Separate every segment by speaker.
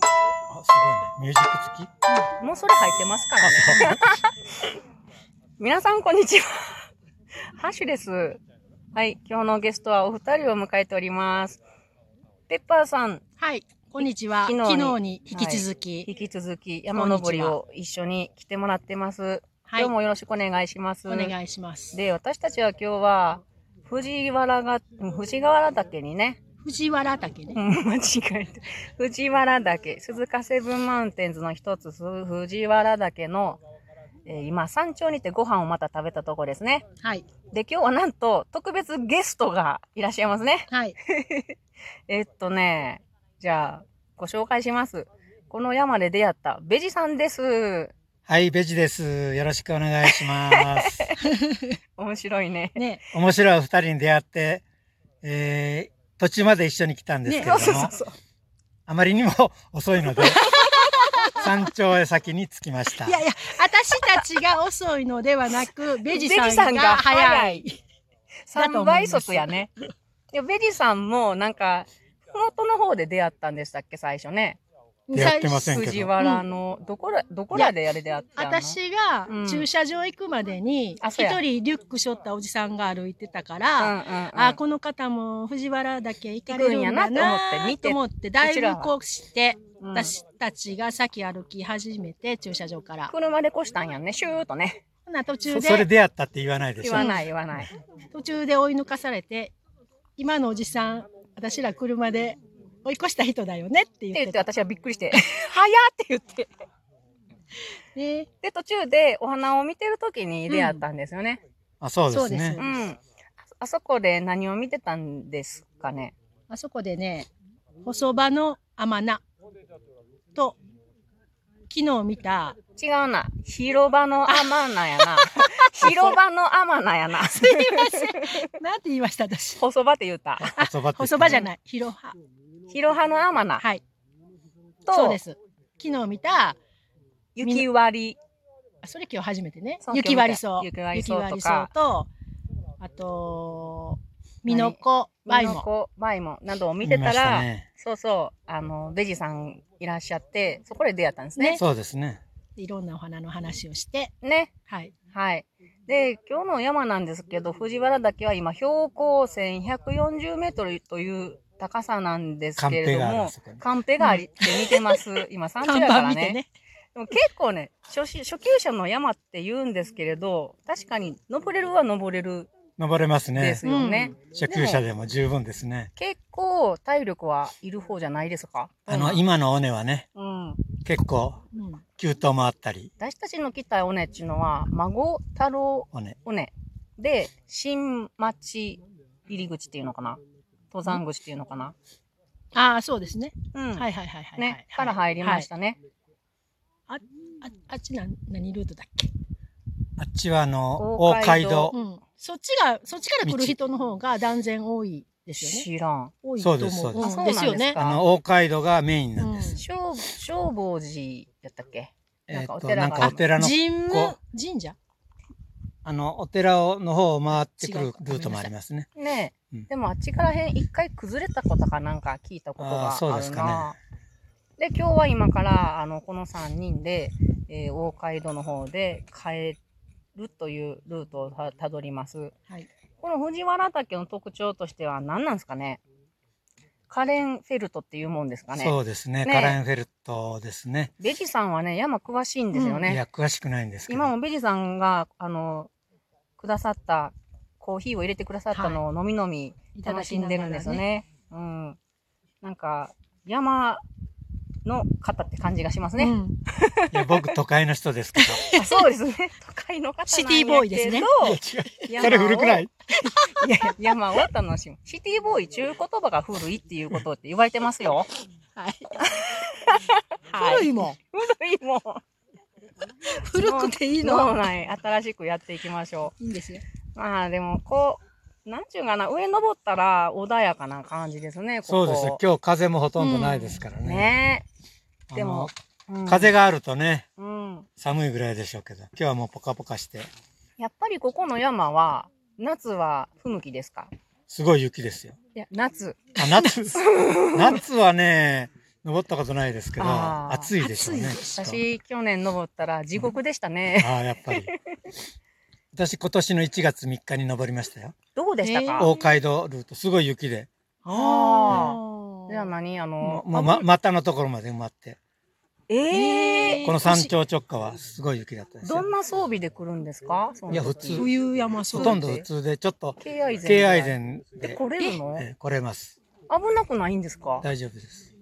Speaker 1: すごいね。ミュージック付き
Speaker 2: もうそれ入ってますからね。皆さん、こんにちは。ハッシュです。はい、今日のゲストはお二人を迎えております。ペッパーさん、
Speaker 3: はい、こんにちは。
Speaker 2: 昨日
Speaker 3: 昨日
Speaker 2: に
Speaker 3: に引き続き、
Speaker 2: 引き続き山登りを一緒に来てもらってます。
Speaker 3: はい、
Speaker 2: 今日もよろしくお願いします。
Speaker 3: お願いします。
Speaker 2: で、私たちは今日は、藤原が、藤原岳にね、
Speaker 3: 藤原岳
Speaker 2: う
Speaker 3: ね。
Speaker 2: ん間違えた。藤原岳、鈴鹿セブンマウンテンズの一つ、す藤原岳の、えー今、山頂にてご飯をまた食べたとこですね。
Speaker 3: はい、
Speaker 2: で、今日はなんと、特別ゲストがいらっしゃいますね。
Speaker 3: はい、
Speaker 2: えっとね、じゃあ、ご紹介します。この山で出会った、ベジさんです。
Speaker 1: はい、ベジです。よろしくお願いします。
Speaker 2: 面白いね。
Speaker 3: ね、
Speaker 1: 面白いお二人に出会って、えー、途中まで一緒に来たんですけれど
Speaker 2: そう
Speaker 1: も、
Speaker 2: そうそうそう。
Speaker 1: あまりにも遅いので、山頂へ先に着きました
Speaker 3: い。やいや、私たちが遅いのではな く、ベジさ
Speaker 2: ベジさん
Speaker 3: ん
Speaker 2: が
Speaker 3: が
Speaker 2: 早
Speaker 3: 早
Speaker 2: い
Speaker 3: い。だと
Speaker 2: 3
Speaker 3: 思います
Speaker 2: 倍速やね。で、ベジさんも、なんか、ふもとの方で出会ったんでしたっけ、最初ね。
Speaker 1: やってませんけど
Speaker 2: 藤原の、どこら、どこらであれであったの
Speaker 3: 私が
Speaker 2: うん
Speaker 3: 駐車場行くまでに、
Speaker 2: あ
Speaker 3: 一
Speaker 2: そうや
Speaker 3: 人リュック背負ったおじさんが歩いてたか
Speaker 2: うんう
Speaker 3: ら、
Speaker 2: んうん、
Speaker 3: あ、この方も藤原岳行かれるん
Speaker 2: 行く
Speaker 3: だ
Speaker 2: んやな
Speaker 3: な
Speaker 2: と思って見て
Speaker 3: と思って、だいぶこうして、
Speaker 2: うん
Speaker 3: 私たちが先歩き始めて、駐車場から。
Speaker 2: 車で越したんやんね、シューとね。
Speaker 3: ほな途中
Speaker 1: そ
Speaker 3: で。
Speaker 1: それ出会ったって言わないでし
Speaker 2: 言
Speaker 1: ょ
Speaker 2: わ。ない言わない。
Speaker 3: 途中で追い抜かされて、今のおじさん、私ら車で追い越した人だよねって言
Speaker 2: って言
Speaker 3: っ
Speaker 2: ってて
Speaker 3: た。
Speaker 2: 私はびっくりして、 早っって言って。
Speaker 3: ね、
Speaker 2: で、途中でお花を見てる時に出会ったんですよね。
Speaker 1: あ、そうです
Speaker 3: そう
Speaker 1: ね
Speaker 3: で
Speaker 2: う
Speaker 3: す
Speaker 2: ん。ああそこで何を見てたんですかね。
Speaker 3: あそこでね、細場の甘菜と、昨日見た、
Speaker 2: 違うな。広場のアマナやな。広場のアマナやな。
Speaker 3: すいません。なんて言いました、私。
Speaker 2: 細場って言った。
Speaker 1: 細場って言って
Speaker 3: 細場じゃない、広葉。
Speaker 2: 広場のアマナ
Speaker 3: はい、そう
Speaker 2: と
Speaker 3: で、す。昨日見た、
Speaker 2: 雪割り。
Speaker 3: あそれ今日初めてね
Speaker 2: そう。
Speaker 3: 雪割りそう。
Speaker 2: 雪割りそうとか
Speaker 3: 雪割りそうとあと、ミノコ、バ
Speaker 2: バ
Speaker 3: イ
Speaker 2: イ
Speaker 3: モ。
Speaker 2: モ。バイモなどを見
Speaker 1: 見
Speaker 2: て
Speaker 1: ま
Speaker 2: た
Speaker 1: した
Speaker 2: ら、
Speaker 1: ね。
Speaker 2: そうそう、あの、ベジさんいらっしゃって、そこで出会ったんですね。
Speaker 1: そうですね。
Speaker 3: いろんなお花の話をして、
Speaker 2: ね
Speaker 3: はい。
Speaker 2: はい。で、今日の山なんですけど、藤原岳は今、標高1140メートルという高さなんです
Speaker 1: カン
Speaker 2: けれ
Speaker 1: ペ
Speaker 2: ど
Speaker 1: があるん
Speaker 2: も
Speaker 1: です、けど
Speaker 2: カンペがありって似てます。今、山
Speaker 3: 看
Speaker 2: 頂だか
Speaker 3: 板
Speaker 2: ら
Speaker 3: 見て
Speaker 2: ね。
Speaker 3: ね。
Speaker 2: でも結構ね初心、初級者の山って言うんですけれど、確かに登れるは登れる
Speaker 1: 登れます
Speaker 2: で
Speaker 1: ね
Speaker 2: す。よね。
Speaker 1: 初級者でも十分ですね。
Speaker 2: 結構、体力はいる方じゃないですか
Speaker 1: あの、
Speaker 2: うん
Speaker 1: 今の尾根はね、
Speaker 2: うん。
Speaker 1: 結構、
Speaker 3: うん
Speaker 1: 急登もあったり、
Speaker 2: 私たちの来た尾根っていうのは、孫太郎
Speaker 1: 尾根。
Speaker 2: 尾根で、新町入り口っていうのかな登山口っていうのかな
Speaker 3: ああ、そうですね。
Speaker 2: うん。
Speaker 3: はいはいはいはい。はい
Speaker 2: ね、から入りまし。たね。
Speaker 3: はいああっちな、何ルートだっけ
Speaker 1: あっちはあの、
Speaker 2: 大
Speaker 1: 大街
Speaker 2: 街道
Speaker 1: 道。
Speaker 3: うん。そっちが、そっちから来る人の方が断然多いですよね。
Speaker 2: 知らん。
Speaker 3: 多いと思
Speaker 1: そう
Speaker 3: う。
Speaker 1: です
Speaker 2: そうですあそうなん
Speaker 3: ん
Speaker 2: で
Speaker 3: ですす
Speaker 2: か
Speaker 3: よね。
Speaker 1: あの、大街道がメインなんです。
Speaker 3: うん
Speaker 2: 消消防寺やったっけ
Speaker 1: えっ
Speaker 2: なんかお
Speaker 1: と、
Speaker 2: 寺が
Speaker 1: なんかお寺の、
Speaker 3: 神
Speaker 1: こ
Speaker 3: 神社
Speaker 1: あの、お寺をの方を回ってく
Speaker 3: 違
Speaker 1: る
Speaker 3: うか
Speaker 1: ルートもありますね。
Speaker 2: ねえ、
Speaker 1: うん
Speaker 2: でもあっちからへん一回崩れたことかなんか聞いたことがある
Speaker 1: あ
Speaker 2: な
Speaker 1: ーそうですか
Speaker 2: で今日は今からあのこの3人で、えー大街道の方で帰るというルートをたたどります
Speaker 3: はい。
Speaker 2: この藤原岳の特徴としては何なんですかねカレンフェルトっていうもんですかね
Speaker 1: そうですね。
Speaker 2: ね
Speaker 1: カランフェルトですね。
Speaker 2: ベジさんはね山詳しいんですよ
Speaker 1: い
Speaker 2: ね、
Speaker 1: や、詳しくないんですけど。
Speaker 2: 今もベジさんが、あの、くださった、コーヒーを入れてくださったのを飲み飲み
Speaker 3: いただ
Speaker 2: 楽
Speaker 3: き
Speaker 2: しん
Speaker 3: なが
Speaker 2: で
Speaker 3: ら
Speaker 2: るんですよ。ね。うん。なんか、山の方って感じがしますね。
Speaker 3: うん
Speaker 1: いや、僕、都会の人ですけど。
Speaker 2: あ そうですね。都会の方なんやけど
Speaker 3: シティボーイですね
Speaker 1: いや、違う。そ
Speaker 2: 山を
Speaker 1: れ古くない
Speaker 2: いや山を楽しむ。シティボーイ、中古言葉が古いっていうことって言われてます よ。
Speaker 3: はい。
Speaker 2: は
Speaker 3: 古
Speaker 2: い。
Speaker 3: いもん。
Speaker 2: 古いもん。
Speaker 3: 古くていい
Speaker 2: もう
Speaker 3: の。
Speaker 2: ない。新しくやっていきましょう。
Speaker 3: いいんですよ。
Speaker 2: まあでも、こう、なんちゅうかな、上登ったら穏やかな感じですね、こ
Speaker 1: そ
Speaker 2: こ
Speaker 1: うですよ。今日、風もほとんどないですからね。
Speaker 2: ね
Speaker 1: あの
Speaker 2: でも、うん
Speaker 1: 風があるとね、
Speaker 2: うん。
Speaker 1: 寒いぐらいでしょうけど、今日はもうポカポカして、
Speaker 2: やっぱりここの山は、夏は不向きですか
Speaker 1: すごい雪ですよ。
Speaker 2: いや、夏。
Speaker 1: あ、夏夏はね、登ったことないですけど、
Speaker 2: あー
Speaker 1: 暑いでしょうね。
Speaker 3: 暑いで
Speaker 1: きっと
Speaker 2: 私、去年登ったら地獄でしたね。
Speaker 1: ああ、やっぱり。私、今年の1月3日に登りましたよ。
Speaker 2: どうでした
Speaker 3: あ
Speaker 2: か、
Speaker 3: ー
Speaker 1: 大街道ルート、すごい雪で。
Speaker 2: あじゃあ何あ
Speaker 1: も
Speaker 2: の、
Speaker 1: う、ま、ま股のところまで埋まって。
Speaker 2: ええ
Speaker 1: この山頂直下はすごい雪だったんです
Speaker 2: ど
Speaker 1: よ
Speaker 2: ん。な装備で来るんですかその時
Speaker 1: いや普通
Speaker 3: 冬山そ
Speaker 1: ほ
Speaker 3: う
Speaker 1: とんど普通で、ちょっと、
Speaker 2: 敬愛膳。
Speaker 1: 敬愛膳で、
Speaker 2: で来れるの
Speaker 1: えー来れます。
Speaker 2: 危なくないんですか
Speaker 1: 大丈夫です。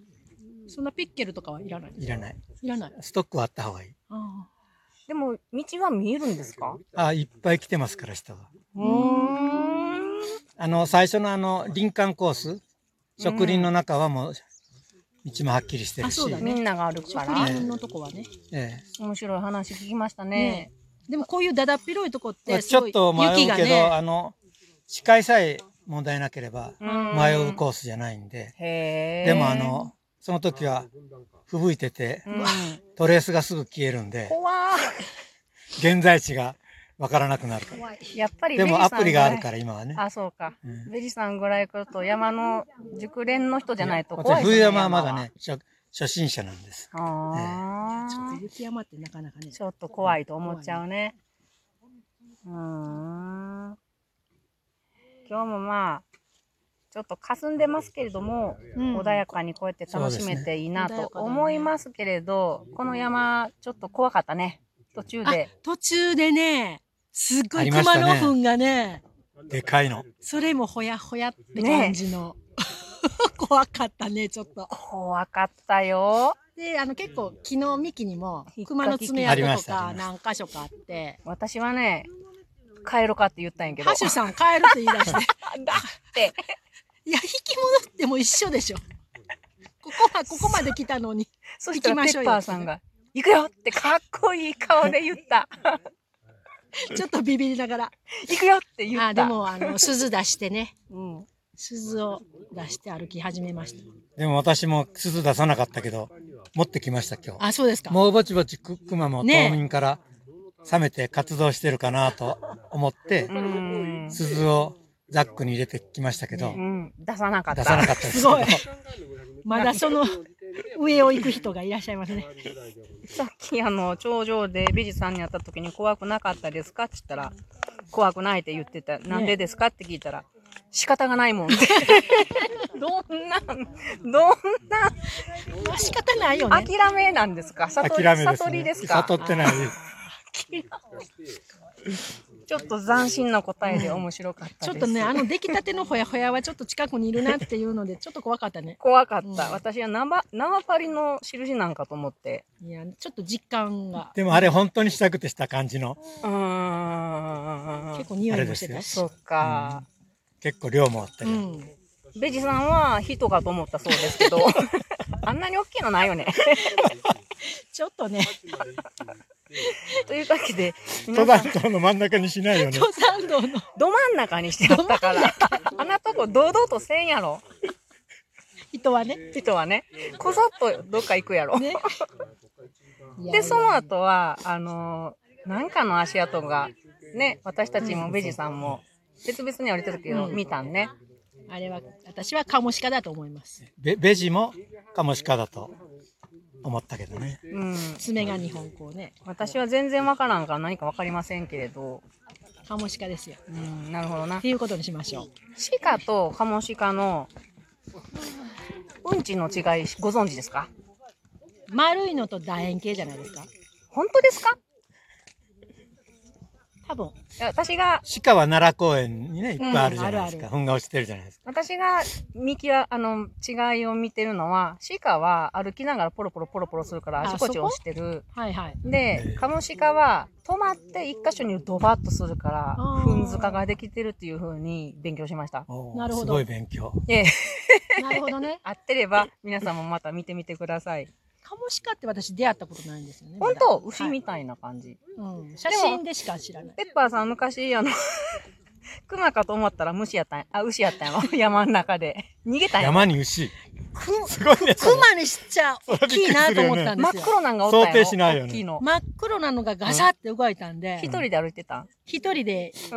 Speaker 3: そんなピッケルとかはいらない
Speaker 1: いらない。
Speaker 3: いらない
Speaker 1: ストックはあった方がいい。
Speaker 3: あ
Speaker 2: でも、道は見えるんですか
Speaker 1: あーいっぱい来てますから、人は。
Speaker 2: うーん。
Speaker 1: あの、最初のあの、林間コース、植林の中はもう、道もはっきりしてるし
Speaker 3: あ、そうだね
Speaker 2: みんなが歩く
Speaker 3: ー
Speaker 2: か
Speaker 3: 植
Speaker 2: ら。
Speaker 3: 林のとこはね
Speaker 1: え
Speaker 2: 面白い話聞きましたね。
Speaker 3: でもこういうだだっ広いとこっ
Speaker 1: えまあ
Speaker 3: て
Speaker 1: ちょっと
Speaker 3: すごい
Speaker 1: 迷
Speaker 3: 雪
Speaker 1: う
Speaker 3: が
Speaker 1: けど、
Speaker 3: ね
Speaker 1: あの、視界さえ問題なければ、
Speaker 2: うん
Speaker 1: 迷うコースじゃないんで、
Speaker 2: へえ。
Speaker 1: でもあ、の、その時は、吹雪いてて
Speaker 2: う、ん、
Speaker 1: トレースがすぐ消えるんで、
Speaker 2: 怖
Speaker 1: 現在地がわからなくなるから。
Speaker 3: 怖い
Speaker 2: い。やっぱり
Speaker 1: でもアプリがある
Speaker 2: ら
Speaker 1: から、今はね。
Speaker 2: あ、そうか。
Speaker 1: うん
Speaker 2: ベリさんぐらい来ると山の熟練の人じゃないと
Speaker 1: 私
Speaker 2: 怖いですね。
Speaker 1: 冬山はまだね、初初心者なんです。
Speaker 2: 山は。あ
Speaker 3: ちょっ
Speaker 2: あ
Speaker 3: と。雪山ってなかなかね
Speaker 2: ちょっと怖いと思っちゃうね。うーん。今日もまあ、ちょっと霞んでますけれども、
Speaker 3: うん
Speaker 2: 穏やかにこうやって楽しめていいなと思いますけれど、この山、ちょっと怖かったね。途中で。
Speaker 3: 途中でねすっご
Speaker 1: あ
Speaker 3: い
Speaker 1: りまし
Speaker 3: 熊
Speaker 1: たね
Speaker 3: の糞がね
Speaker 1: でかいの。
Speaker 3: それもほやほやって感じの、 怖かったねちょっと
Speaker 2: 怖かったよ。
Speaker 3: であの結構昨日幹にも
Speaker 2: 引っかき
Speaker 3: 熊の爪痕
Speaker 1: ありま
Speaker 3: と
Speaker 1: したあ
Speaker 3: か
Speaker 1: りま
Speaker 3: 何箇所かあって
Speaker 2: 私はね、帰ろかって言ったんやけど。
Speaker 3: ハシュさん帰るって言い出して
Speaker 2: だって、
Speaker 3: いや引き戻っても一緒でしょここはここまで来たのに
Speaker 2: そしたら
Speaker 3: 行き
Speaker 2: ペ
Speaker 3: ましょ
Speaker 2: ッ
Speaker 3: うよ
Speaker 2: パーさんが、行くよってかっこいい顔で言った。
Speaker 3: ちょっとビビりながら
Speaker 2: 行くよって言った。
Speaker 3: あでも あの鈴出してね
Speaker 2: うん、
Speaker 3: 鈴を出して歩き始めました
Speaker 1: でも私も鈴出さなかったけど、持ってきました、今日。
Speaker 3: あそうですか
Speaker 1: もうぼちぼちく熊も
Speaker 3: ねえ
Speaker 1: 冬眠から冷めて活動してるかなと思って
Speaker 2: う、ん。
Speaker 1: 鈴をザックに入れてきましたけど
Speaker 2: う、ん、出さなかった。
Speaker 1: 出さなかったです。
Speaker 3: すごい まだその上を行く人がいらっしゃいますね
Speaker 2: さっきあの、頂上でビジさんに会った時に怖くなかったですかって言ったら、怖くないって言ってた。なんでですかって聞いたら、仕方がな いもんって。どんな、ど
Speaker 3: まあ仕方ないよ
Speaker 2: んな、
Speaker 3: ね
Speaker 2: 諦めなんですか悟
Speaker 1: 諦
Speaker 2: り
Speaker 1: めです、ね。
Speaker 2: 悟りですか
Speaker 1: 悟ってない。
Speaker 2: ちょっと斬新な答えで面白かった
Speaker 3: ちょ
Speaker 2: で
Speaker 3: っ
Speaker 2: す。
Speaker 3: とね、あの出来たてのほやほやはちょっと近くにいるなっていう ので、ちょっと怖かったね。
Speaker 2: 怖かった。
Speaker 3: うん
Speaker 2: 私は縄、縄張りの印なんかと思って。
Speaker 3: いや、ちょっと実感が、
Speaker 1: でもあれ本当にしたくてした感じの、
Speaker 2: うーん
Speaker 3: 結。構匂いもしてたし。
Speaker 2: そっか。
Speaker 1: 結構量もあった
Speaker 3: う
Speaker 1: り。
Speaker 3: ん。
Speaker 2: ベジさんは人かと思ったそうですけど、あんなに大きいのないよね。
Speaker 3: ちょっと ね、
Speaker 2: というわけで、皆
Speaker 1: 登
Speaker 2: さん
Speaker 1: 山道の真ん中にしないよね。
Speaker 3: 登山道の、
Speaker 2: ど真ん中にしてあったから、あんなとこ堂々とせんやろ。
Speaker 3: 人はね。
Speaker 2: 人はね、こそっとどっか行くやろ。
Speaker 3: ね。いや
Speaker 2: で、その後は、あのーなんかの足跡が、ね、私たちもベジさんも、別々に降りてたけど、
Speaker 3: うん
Speaker 2: 見たんね。
Speaker 3: あれは、私はカモシカだと思います。
Speaker 1: ベベジもカモシカだと思ったけどね。
Speaker 2: うん。
Speaker 3: 爪が2本こうね、
Speaker 2: 私は全然わからんから何かわかりませんけれど、
Speaker 3: カモシカですよ。
Speaker 2: うん、なるほどな
Speaker 3: っ。ていうことにしましょう。
Speaker 2: 鹿とカモシカのうんちの違いご存知ですか
Speaker 3: 丸いのと楕円形じゃないですか。
Speaker 2: 本当ですか
Speaker 3: 多分、
Speaker 2: いや私が、
Speaker 1: 鹿は奈良公園にね、いっぱいあるじゃないですか。
Speaker 3: う
Speaker 1: 糞が落ちてるじゃないですか。
Speaker 2: 私が見きわあの、違いを見てるのは、鹿は歩きながらポロポロポロポロするから、あ
Speaker 3: あ
Speaker 2: ちこち
Speaker 3: そこ
Speaker 2: 落ちてる。
Speaker 3: はいはい。
Speaker 2: で、カモシカは止まって一箇所にドバッとするから
Speaker 3: あ、ー
Speaker 2: 糞塚ができてるっていう風に勉強しました。
Speaker 1: おー
Speaker 3: なるほど
Speaker 1: すごい勉強。
Speaker 2: ええ、
Speaker 3: なるほど ね。
Speaker 2: 合ってれば皆さんもまた見てみてください。
Speaker 3: カモシカって私出会ったことないんですよね。ま
Speaker 2: 本
Speaker 3: だ
Speaker 2: 当牛みたいな感じ。
Speaker 3: うん。写真でしか知らない。
Speaker 2: ペッパーさん昔、あの、 熊かと思ったら虫やったんやあ、牛やったんや ろ山の中で。逃げたんやろ
Speaker 1: 山に牛。
Speaker 3: く
Speaker 1: すごいね。それ
Speaker 3: 熊にしちゃ大きいなと思ったんで
Speaker 2: 真っ
Speaker 3: すよ。
Speaker 2: 黒なんがおったんやろ
Speaker 1: 想定しないよね
Speaker 2: 大きいの。
Speaker 3: 真っ黒なのがガシャって動いたんで、
Speaker 2: 一人で歩いてたん
Speaker 3: 一人で
Speaker 2: う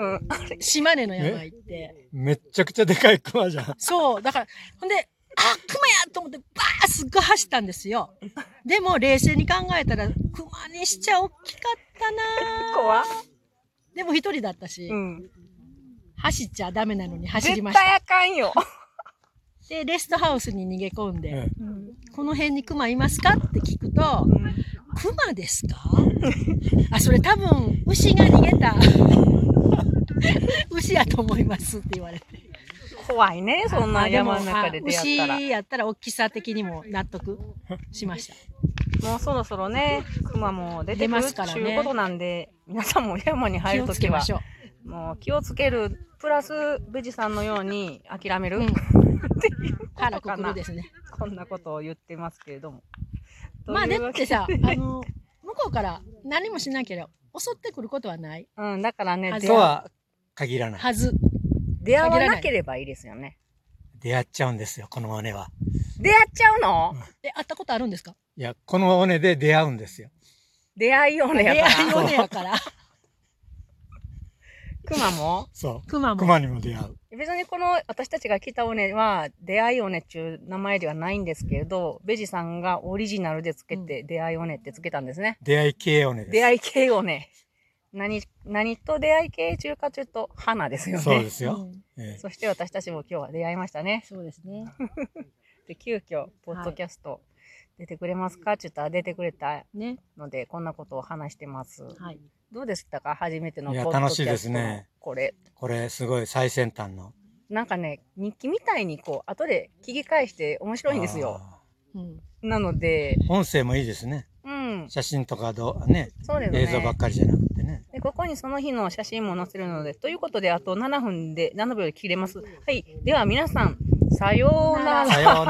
Speaker 2: ん。
Speaker 3: 島根の山行って、
Speaker 1: めっちゃくちゃでかい熊じゃん。
Speaker 3: そう、だから、ほんで、あ、熊やと思ってバーーすっごい走ったんですよ。でも冷静に考えたら、熊にしちゃ大きかったな
Speaker 2: 怖っ
Speaker 3: ぁでも一人だったし、
Speaker 2: うん。
Speaker 3: 走っちゃダメなのに走りま
Speaker 2: 絶
Speaker 3: し
Speaker 2: 対
Speaker 3: た。
Speaker 2: あかんよ。
Speaker 3: で、レストハウスに逃げ込んで、
Speaker 1: ええ
Speaker 2: うん。
Speaker 3: この辺に熊いますかって聞くと、熊ですかあ、それ多分、牛が逃げた。 牛やと思いますって言われて。
Speaker 2: 怖いね、そん
Speaker 3: ま
Speaker 2: な
Speaker 3: あでも
Speaker 2: 山の中で出会った
Speaker 3: あ
Speaker 2: ら。
Speaker 3: 牛やったら大きさ的にも納得しま した。
Speaker 2: もうそろそろね、熊も出て
Speaker 3: 出
Speaker 2: くる
Speaker 3: ま
Speaker 2: っ
Speaker 3: すから
Speaker 2: て
Speaker 3: ね
Speaker 2: いうことなんで、皆さんも山に入
Speaker 3: 気
Speaker 2: る
Speaker 3: を
Speaker 2: と
Speaker 3: つ
Speaker 2: き
Speaker 3: けま
Speaker 2: は、
Speaker 3: しょう。
Speaker 2: もう気をつける、プラス、無事さんのように諦める、
Speaker 3: うん
Speaker 2: っていうことか
Speaker 3: 腹
Speaker 2: な
Speaker 3: くくるで すね。
Speaker 2: こんなことを言ってますけれども。
Speaker 3: まあ
Speaker 2: とい
Speaker 3: だ
Speaker 2: うわ
Speaker 3: っ
Speaker 2: け
Speaker 3: てさ、あの、向こうから何もしなければ襲ってくることはない
Speaker 2: うん、だからね、
Speaker 3: あ
Speaker 2: 出
Speaker 1: と
Speaker 3: そ
Speaker 2: 会
Speaker 3: う
Speaker 1: は限らない。
Speaker 3: はず。
Speaker 2: 出会わなければいいですよね。
Speaker 1: 出会っちゃうんですよ、この尾根は。
Speaker 2: 出会っちゃうの、
Speaker 3: え、会ったことあるんですか
Speaker 1: いや、この尾根で出会うんですよ。
Speaker 2: 出会いよね、
Speaker 3: 出
Speaker 2: やっ
Speaker 3: 会い
Speaker 2: ぱ。
Speaker 3: のねやから。
Speaker 2: 熊も
Speaker 1: そ
Speaker 3: 熊
Speaker 1: う。
Speaker 3: も。
Speaker 1: 熊にも出会う。
Speaker 2: 別にこの私たちが来た尾根は出会い尾根っていう名前ではないんですけれど、ベジさんがオリジナルでつけて、出会い尾根ってつけたんですね。
Speaker 1: 出会い系尾根です。
Speaker 2: 出会い系尾根。何、何と出会い系中かというと、花ですよね。
Speaker 1: そうです
Speaker 3: う
Speaker 1: よ。
Speaker 3: ん
Speaker 1: ええ
Speaker 2: そして私たちも今日は出会いましたね。
Speaker 3: そうですね。
Speaker 2: で、急遽、ポッドキャスト出てくれますかって言ったら出てくれた
Speaker 3: ね。
Speaker 2: ので、こんなことを話してます。
Speaker 3: はい。
Speaker 2: どうでしたか初めての
Speaker 1: いや
Speaker 2: ポッドキャストの
Speaker 1: 楽しいですね。
Speaker 2: これ。
Speaker 1: これ、すごい最先端の。
Speaker 2: なんかね、日記みたいにこう、後で聞き返して面白いんですよ。
Speaker 1: あ
Speaker 3: うん。
Speaker 2: なので、
Speaker 1: ー。音声もいいですね。
Speaker 2: うん、
Speaker 1: 写真とかどう、ね、
Speaker 2: そうですね。
Speaker 1: 映像ばっかりじゃなくてね。
Speaker 2: でここにその日の写真も載せるので、ということで、あと7分で、7秒で切れます。はい。では皆さん、さようなら
Speaker 1: さ。ようなら。